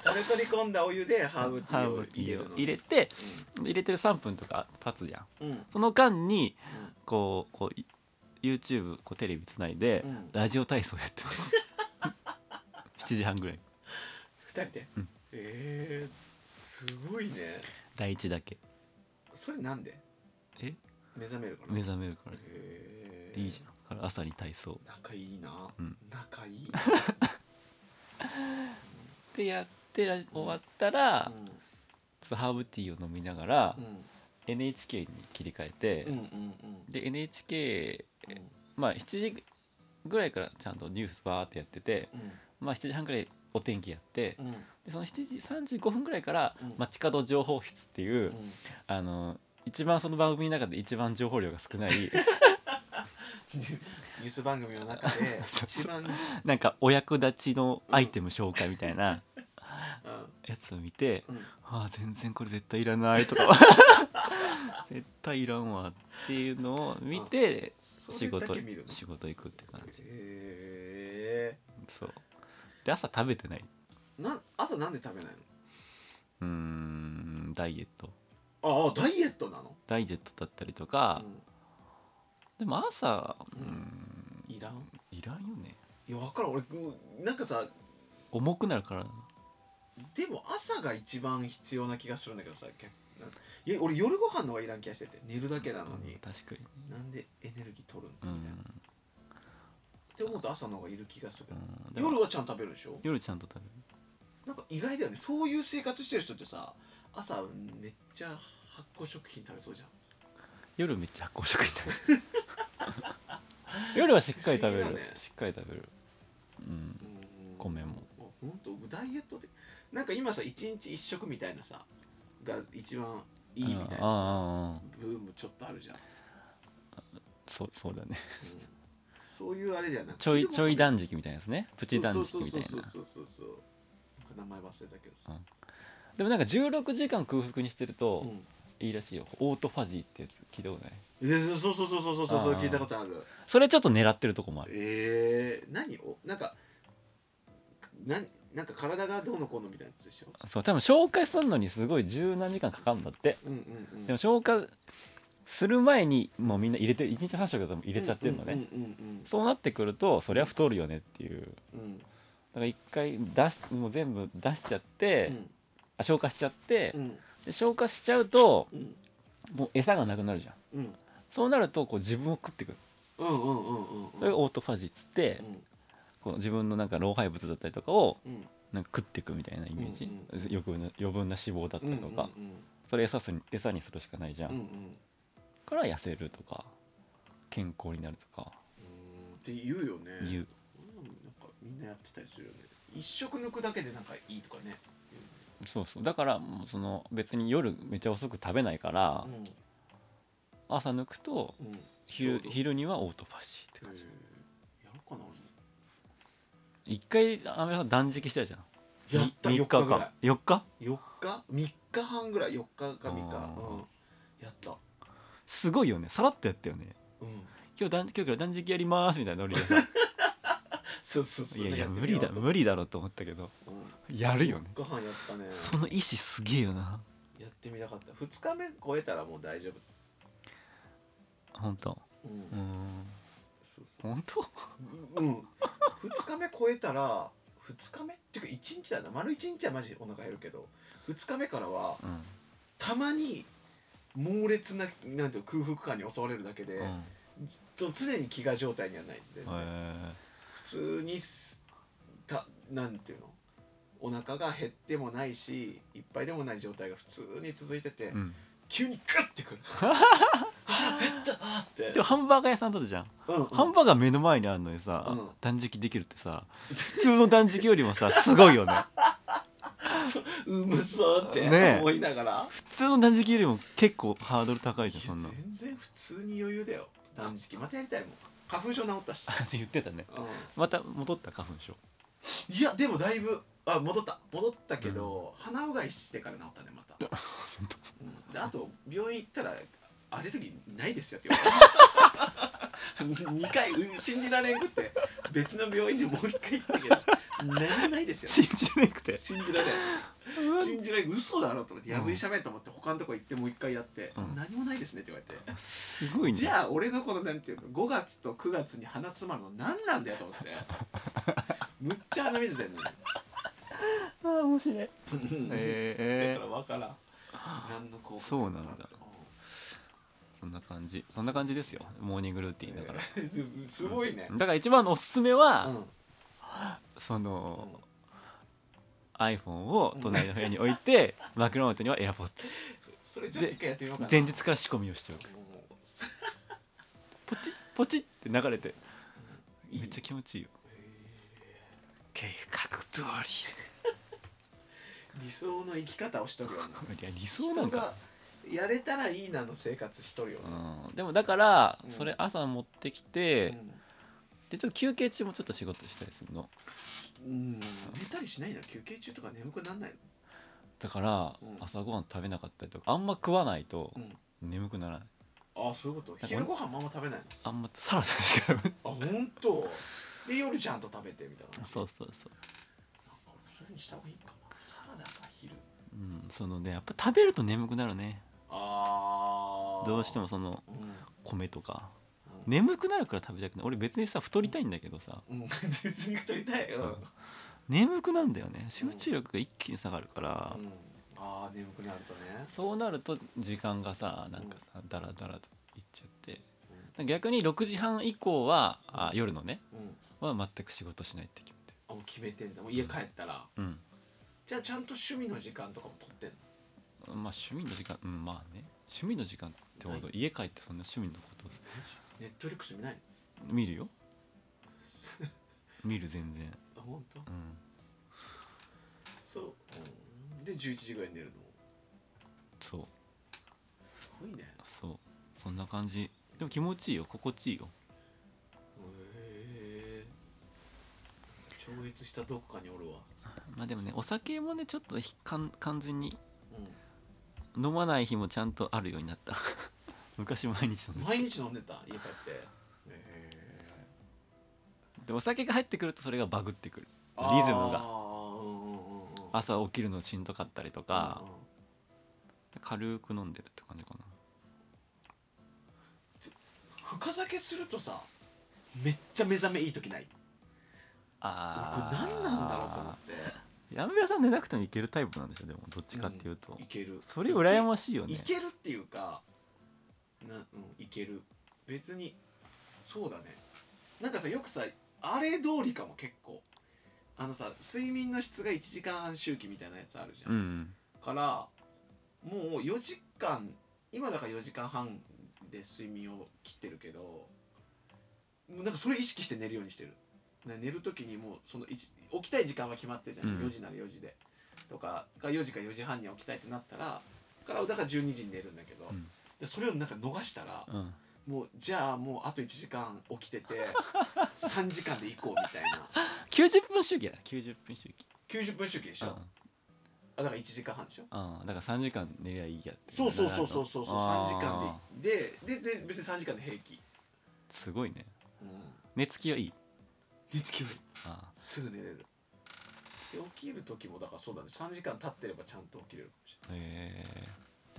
[SPEAKER 1] 俺取り込んだお湯でハーブティ
[SPEAKER 4] ハ
[SPEAKER 1] ー
[SPEAKER 4] ー
[SPEAKER 1] を
[SPEAKER 4] ブティ
[SPEAKER 1] 入れ
[SPEAKER 4] ー
[SPEAKER 1] る
[SPEAKER 4] を
[SPEAKER 1] の
[SPEAKER 4] 入れて入れてる3分とか経つじゃん
[SPEAKER 1] うんうん
[SPEAKER 4] その間にこうこうい YouTube こうテレビつないで、
[SPEAKER 1] うん
[SPEAKER 4] ラジオ体操やってます 7時半ぐらい
[SPEAKER 1] 2人で、
[SPEAKER 4] うん
[SPEAKER 1] えー、すごいね
[SPEAKER 4] 第一だけ
[SPEAKER 1] それなんで
[SPEAKER 4] え
[SPEAKER 1] 目覚めるから
[SPEAKER 4] 目覚めるから
[SPEAKER 1] へー
[SPEAKER 4] いいじゃんから朝に体操
[SPEAKER 1] 仲いいな、
[SPEAKER 4] うん
[SPEAKER 1] 仲いい、
[SPEAKER 4] でやってら終わったら、
[SPEAKER 1] うん
[SPEAKER 4] ちょっとハーブティーを飲みながら、
[SPEAKER 1] うん、
[SPEAKER 4] NHK に切り替えて、
[SPEAKER 1] うんうんうん
[SPEAKER 4] で NHK まあ7時ぐらいからちゃんとニュースバーってやってて、まあ、7時半ぐらいお天気やって、
[SPEAKER 1] うんうん
[SPEAKER 4] でその7時35分ぐらいから
[SPEAKER 1] うん
[SPEAKER 4] 街角情報室っていう、
[SPEAKER 1] う
[SPEAKER 4] あの一番その番組の中で一番情報量が少ない
[SPEAKER 1] んニュース番組の中 で一番、うん、
[SPEAKER 4] なんかお役立ちのアイテム紹介みたいなやつを見て、
[SPEAKER 1] うん
[SPEAKER 4] ああ全然これ絶対いらないとか 絶対いらんわっていうのを見て
[SPEAKER 1] そ
[SPEAKER 4] 仕
[SPEAKER 1] れだ
[SPEAKER 4] 事
[SPEAKER 1] け見るの
[SPEAKER 4] 仕事行くって感じ
[SPEAKER 1] へ
[SPEAKER 4] そうで朝食べてない
[SPEAKER 1] ーな朝なんで食べないう
[SPEAKER 4] ーんダイエット
[SPEAKER 1] のああダイエットなの、
[SPEAKER 4] ダイエットだったりとか、
[SPEAKER 1] う
[SPEAKER 4] でも朝うー
[SPEAKER 1] うんん、いらん
[SPEAKER 4] いらんよね
[SPEAKER 1] いや分からん俺こうなんかさ
[SPEAKER 4] 重くなるからな
[SPEAKER 1] でも朝が一番必要な気がするんだけどさ逆いや俺夜ご飯の方がいらん気がしてて寝るだけなのに、
[SPEAKER 4] うん確かに
[SPEAKER 1] なんでエネルギー取るんだ
[SPEAKER 4] う
[SPEAKER 1] みたいな、っ
[SPEAKER 4] ん
[SPEAKER 1] て思うと朝の方がいる気がする、
[SPEAKER 4] うんでも
[SPEAKER 1] 夜はちゃんと食べるでしょ
[SPEAKER 4] 夜ちゃんと食べる
[SPEAKER 1] なんか意外だよねそういう生活してる人ってさ朝めっちゃ発酵食品食べそうじゃん
[SPEAKER 4] 夜めっちゃ発酵食品食べる 夜はしっかり食べ
[SPEAKER 1] 不
[SPEAKER 4] る、
[SPEAKER 1] 思議だね
[SPEAKER 4] しっかり食べるうん米も
[SPEAKER 1] あほんとダイエットでなんか今さ一日一食みたいなさが一番いいみたいな
[SPEAKER 4] あああああ
[SPEAKER 1] さブームちょっとあるじゃん、
[SPEAKER 4] あそうそうだね
[SPEAKER 1] そういうあれじゃなくて
[SPEAKER 4] ちょいちょい断食みたいなですねプチ断食みたいな
[SPEAKER 1] そうそうそうそうそうそうなんか名前忘れたけどさ、
[SPEAKER 4] でもなんか16時間空腹にしてると
[SPEAKER 1] うん
[SPEAKER 4] いいらしいよオートファジーってやつ聞いたことない
[SPEAKER 1] えそうそうそうそうそうそうそれ
[SPEAKER 4] あー
[SPEAKER 1] 聞いたことある
[SPEAKER 4] それちょっと狙ってるとこもある
[SPEAKER 1] えー、何をなんかなんなんか体がどうのこうのみたいなやつでしょ
[SPEAKER 4] そう多分消化するのにすごい十何時間かかるんだって
[SPEAKER 1] うんうんうん
[SPEAKER 4] でも消化する前にもうみんな入れて1日3食でも入れちゃってるのね、
[SPEAKER 1] うんうん
[SPEAKER 4] そうなってくるとそりゃ太るよねっていう
[SPEAKER 1] うんうん
[SPEAKER 4] だから一回出しもう全部出しちゃって、あ消化しちゃって、
[SPEAKER 1] うん
[SPEAKER 4] で消化しちゃうと
[SPEAKER 1] うんうん
[SPEAKER 4] もう餌がなくなるじゃん
[SPEAKER 1] うん
[SPEAKER 4] そうなるとこう自分を食ってくる
[SPEAKER 1] うんうんうんうん
[SPEAKER 4] それがオートファジーっつって、
[SPEAKER 1] うん
[SPEAKER 4] こう自分のなんか老廃物だったりとかを
[SPEAKER 1] うん
[SPEAKER 4] なんか食っていくみたいなイメージ、
[SPEAKER 1] う
[SPEAKER 4] 余分な余分な脂肪だったりとか、
[SPEAKER 1] うん
[SPEAKER 4] それ餌すに餌にするしかないじゃん、
[SPEAKER 1] うんうんうん
[SPEAKER 4] から痩せるとか健康になるとか
[SPEAKER 1] うんって言うよね
[SPEAKER 4] い
[SPEAKER 1] うんな
[SPEAKER 4] う、
[SPEAKER 1] んかみんなやってたりするよね一食抜くだけでなんかいいとかね
[SPEAKER 4] そうそうだからもうその別に夜めっちゃ遅く食べないから、
[SPEAKER 1] う
[SPEAKER 4] 朝抜くと
[SPEAKER 1] んうん
[SPEAKER 4] 昼
[SPEAKER 1] そうそう
[SPEAKER 4] 昼にはオートファジーって
[SPEAKER 1] え
[SPEAKER 4] 感じ、
[SPEAKER 1] ーやろうかな俺も
[SPEAKER 4] 一回アメさん断食したじゃん
[SPEAKER 1] やった
[SPEAKER 4] み
[SPEAKER 1] 4日ぐらい
[SPEAKER 4] 4日
[SPEAKER 1] 4日3日半ぐらい4日か3日、
[SPEAKER 4] あー
[SPEAKER 1] うん、やった
[SPEAKER 4] すごいよねさらっとやったよね
[SPEAKER 1] うん
[SPEAKER 4] 今日断今日から断食やりますみたいなノリでさ
[SPEAKER 1] そうそう そう
[SPEAKER 4] いやいや
[SPEAKER 1] なんか
[SPEAKER 4] 無理だ
[SPEAKER 1] やった
[SPEAKER 4] 無理だろうと思ったけど
[SPEAKER 1] うん
[SPEAKER 4] やるよね
[SPEAKER 1] ご飯やったね
[SPEAKER 4] その意志すげえよな
[SPEAKER 1] やってみたかった2日目超えたらもう大丈夫
[SPEAKER 4] 本当
[SPEAKER 1] うん、
[SPEAKER 4] うーん
[SPEAKER 1] そうそう
[SPEAKER 4] 本当
[SPEAKER 1] うん2日目超えたら2日目っていうか1日だな丸1日はマジお腹減るけど2日目からは
[SPEAKER 4] うん
[SPEAKER 1] たまに猛烈ななんていうの空腹感に襲われるだけで、
[SPEAKER 4] うん
[SPEAKER 1] その常に飢餓状態にはないんで、
[SPEAKER 4] へ
[SPEAKER 1] 普通にすたなんていうのお腹が減ってもないしいっぱいでもない状態が普通に続いてて、
[SPEAKER 4] えうん
[SPEAKER 1] 急にガッて くるあー減ったーって
[SPEAKER 4] でもハンバーガー屋さんだったじゃん
[SPEAKER 1] うんうん
[SPEAKER 4] ハンバーガー目の前にあるのにさ、
[SPEAKER 1] うん
[SPEAKER 4] 断食できるってさ普通の断食よりもさ すごいよね
[SPEAKER 1] うむそうって
[SPEAKER 4] ねえ
[SPEAKER 1] 思いながら、
[SPEAKER 4] 普通の断食よりも結構ハードル高いじゃんそんなっ
[SPEAKER 1] 全然普通に余裕だよ断食またやりたいもん花粉症治ったし、
[SPEAKER 4] て言ってたね
[SPEAKER 1] う
[SPEAKER 4] また戻った花粉症
[SPEAKER 1] ん、いやでもだいぶあ戻った戻ったけど、鼻うがいしてから治ったねまた、 うん、であと病院行ったらアレルギーないですよって言われた 2回うん信じられんくって別の病院でもう1回行ったけど何もないですよ
[SPEAKER 4] 信じれな くて
[SPEAKER 1] 信じられん信じられん嘘だろと思ってやぶ医者めと思って他のとこ行ってもう一回やって、
[SPEAKER 4] うん
[SPEAKER 1] 何もないですねって言われて、
[SPEAKER 4] すごいね
[SPEAKER 1] じゃあ俺のこのなんていうの5月と9月に鼻詰まるの何なんだよと思って むっちゃ鼻水出んのに
[SPEAKER 4] あー面白い
[SPEAKER 1] だ
[SPEAKER 4] え
[SPEAKER 1] から分からん何の効果
[SPEAKER 4] そうなんだー、 そんな感じそんな感じですよモーニングルーティンだから、
[SPEAKER 1] うん すごいね、
[SPEAKER 4] だから一番のおすすめは、
[SPEAKER 1] うん
[SPEAKER 4] その、iPhone を隣の部屋に置い て、枕元には AirPods
[SPEAKER 1] それちょっと一回やってみようかな
[SPEAKER 4] 前日から仕込みをしておく
[SPEAKER 1] もう
[SPEAKER 4] ポチッポチッって流れてめっちゃ気持ちいいよ計画通
[SPEAKER 1] 理想の生き方をしとるような
[SPEAKER 4] りいや理想なんか、
[SPEAKER 1] 人がやれたらいいなの生活しとるよな、
[SPEAKER 4] うん、でもだから
[SPEAKER 1] うん
[SPEAKER 4] それ朝持ってきて、
[SPEAKER 1] うん
[SPEAKER 4] でちょっと休憩中もちょっと仕事したりするの
[SPEAKER 1] うん、寝たりしないの休憩中とか眠くなんない
[SPEAKER 4] だから
[SPEAKER 1] うん
[SPEAKER 4] 朝ごはん食べなかったりとかあんま食わないと
[SPEAKER 1] の、うん、
[SPEAKER 4] 眠くならない
[SPEAKER 1] ああそういうこと
[SPEAKER 4] か
[SPEAKER 1] 昼ご飯もあんま食べない
[SPEAKER 4] あんまサラダしか食べない
[SPEAKER 1] のあ本当。で夜ちゃんと食べてみたいななんか
[SPEAKER 4] そうそうそ
[SPEAKER 1] そ
[SPEAKER 4] う
[SPEAKER 1] ういうふうにした方がいいかなサラダか昼
[SPEAKER 4] うんそのねやっぱ食べると眠くなるね
[SPEAKER 1] ああ
[SPEAKER 4] どうして
[SPEAKER 1] も、
[SPEAKER 4] もその
[SPEAKER 1] う
[SPEAKER 4] 米とか
[SPEAKER 1] ん
[SPEAKER 4] 眠くなるから食べたくない俺別にさ太りたいんだけどさ
[SPEAKER 1] うん、別に太りたいよ、
[SPEAKER 4] うん眠くなんだよね集中力が一気に下がるから、
[SPEAKER 1] うんああ眠くなるとね
[SPEAKER 4] そうなると時間がさなんかさダラダラといっちゃって逆に6時半以降はあ夜のね
[SPEAKER 1] うん
[SPEAKER 4] は全く仕事しないって決めて
[SPEAKER 1] あもう決めてんだもう家帰ったら
[SPEAKER 4] る
[SPEAKER 1] じゃあちゃんと趣味の時間とかも取ってんの
[SPEAKER 4] うんまあ趣味の時間うんまあね趣味の時間ってほど
[SPEAKER 1] は
[SPEAKER 4] 家帰ってそんな趣味のことを
[SPEAKER 1] ネットリックス見ないの
[SPEAKER 4] 見 るよ見る全然
[SPEAKER 1] あ本当
[SPEAKER 4] うん
[SPEAKER 1] そう、うん、で11時ぐらいに寝るの
[SPEAKER 4] そう
[SPEAKER 1] すごいね
[SPEAKER 4] そうそんな感じでも気持ちいいよ心地いいよ
[SPEAKER 1] へえ超越したどこかにおるわ
[SPEAKER 4] まあでもねお酒もねちょっとひかん完全に
[SPEAKER 1] う
[SPEAKER 4] 飲まない日もちゃんとあるようになった 昔毎日飲ん
[SPEAKER 1] ん
[SPEAKER 4] で
[SPEAKER 1] 毎日飲んでた家帰ってへえ
[SPEAKER 4] でお酒が入ってくるとそれがバグってくる
[SPEAKER 1] あー
[SPEAKER 4] リズム
[SPEAKER 1] うん
[SPEAKER 4] が
[SPEAKER 1] うんうんうん
[SPEAKER 4] 朝起きるのしんどかったりとか
[SPEAKER 1] うんうん
[SPEAKER 4] 軽く飲んでるって感じかな
[SPEAKER 1] 深酒するとさめっちゃ目覚めいい時ない俺
[SPEAKER 4] あ
[SPEAKER 1] これ何なんだろうと思っ
[SPEAKER 4] うやめらさん寝なくてもいけるタイプなんでしょでもどっちかっていうと、
[SPEAKER 1] ていける
[SPEAKER 4] それ羨ま
[SPEAKER 1] し
[SPEAKER 4] しいよね
[SPEAKER 1] いけるっていうかな、うん、いける別にそうだねなんかさよくさあれ通りかも結構あのさ睡眠の質が1時間半周期みたいなやつあるじゃん、
[SPEAKER 4] うん
[SPEAKER 1] からもう4時間今だから4時間半で睡眠を切ってるけどもうなんかそれ意識して寝るようにしてるね寝る時にもうそのいち起きたい時間は決まってるじゃん、
[SPEAKER 4] うん
[SPEAKER 1] 4時なら4時でとかが4時か4時半には起きたいってなったらからだから12時に寝るんだけど、
[SPEAKER 4] うん
[SPEAKER 1] でそれをなんか逃したら
[SPEAKER 4] う、ん
[SPEAKER 1] もうじゃあもうあと1時間起きて て3時間で行こうみたいな
[SPEAKER 4] 90分周期だ90分周期
[SPEAKER 1] 90分周期でしょ、
[SPEAKER 4] うん
[SPEAKER 1] あだから1時間半でしょ
[SPEAKER 4] うんだから3時間寝りゃいいやって
[SPEAKER 1] そうそうそうそうそうそう
[SPEAKER 4] あ
[SPEAKER 1] 3
[SPEAKER 4] ー
[SPEAKER 1] 時間でででで別に3時間で平気、
[SPEAKER 4] すごいね
[SPEAKER 1] うん、
[SPEAKER 4] 寝つきはいい
[SPEAKER 1] 寝つきはいい
[SPEAKER 4] あ
[SPEAKER 1] すぐ寝れるで起きる時もだからそうだね3時間経ってればちゃんと起きれるかもし
[SPEAKER 4] ーへえ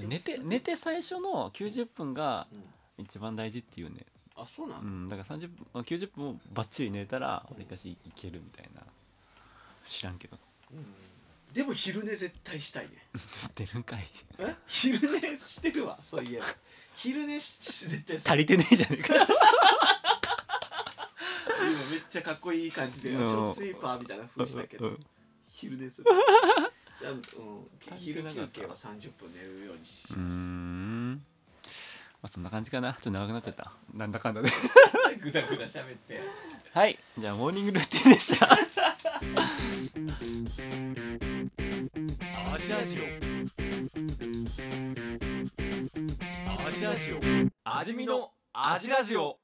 [SPEAKER 1] でも
[SPEAKER 4] 寝て
[SPEAKER 1] す
[SPEAKER 4] 寝て最初の90分が
[SPEAKER 1] れない、
[SPEAKER 4] 一番大事っていうね
[SPEAKER 1] うん、あそうなの、
[SPEAKER 4] うん、だから30分90分をバッチリ寝たらわりかしいけるみたいな知らんけど
[SPEAKER 1] うんでも昼寝絶対したいね
[SPEAKER 4] 出るん かい
[SPEAKER 1] え昼寝してるわそういえば昼寝しし絶対する
[SPEAKER 4] 足りてねえじゃねえか
[SPEAKER 1] 今めっちゃかっこいい感じでシ
[SPEAKER 4] う
[SPEAKER 1] ョ
[SPEAKER 4] ん
[SPEAKER 1] ートスイーパーみたいな風したけ
[SPEAKER 4] う
[SPEAKER 1] ど
[SPEAKER 4] ん
[SPEAKER 1] 昼寝 するあのうん、
[SPEAKER 4] 足りて
[SPEAKER 1] 昼
[SPEAKER 4] なか
[SPEAKER 1] 休
[SPEAKER 4] った
[SPEAKER 1] 憩は30分寝るようにし
[SPEAKER 4] うーんまあそんな感じかなちょっと長くなっちゃったなんだかんだで
[SPEAKER 1] ぐだぐだ喋って
[SPEAKER 4] はい じゃあモーニングルーティンでした
[SPEAKER 3] アジラジオアジラジオ味見のアジラジオ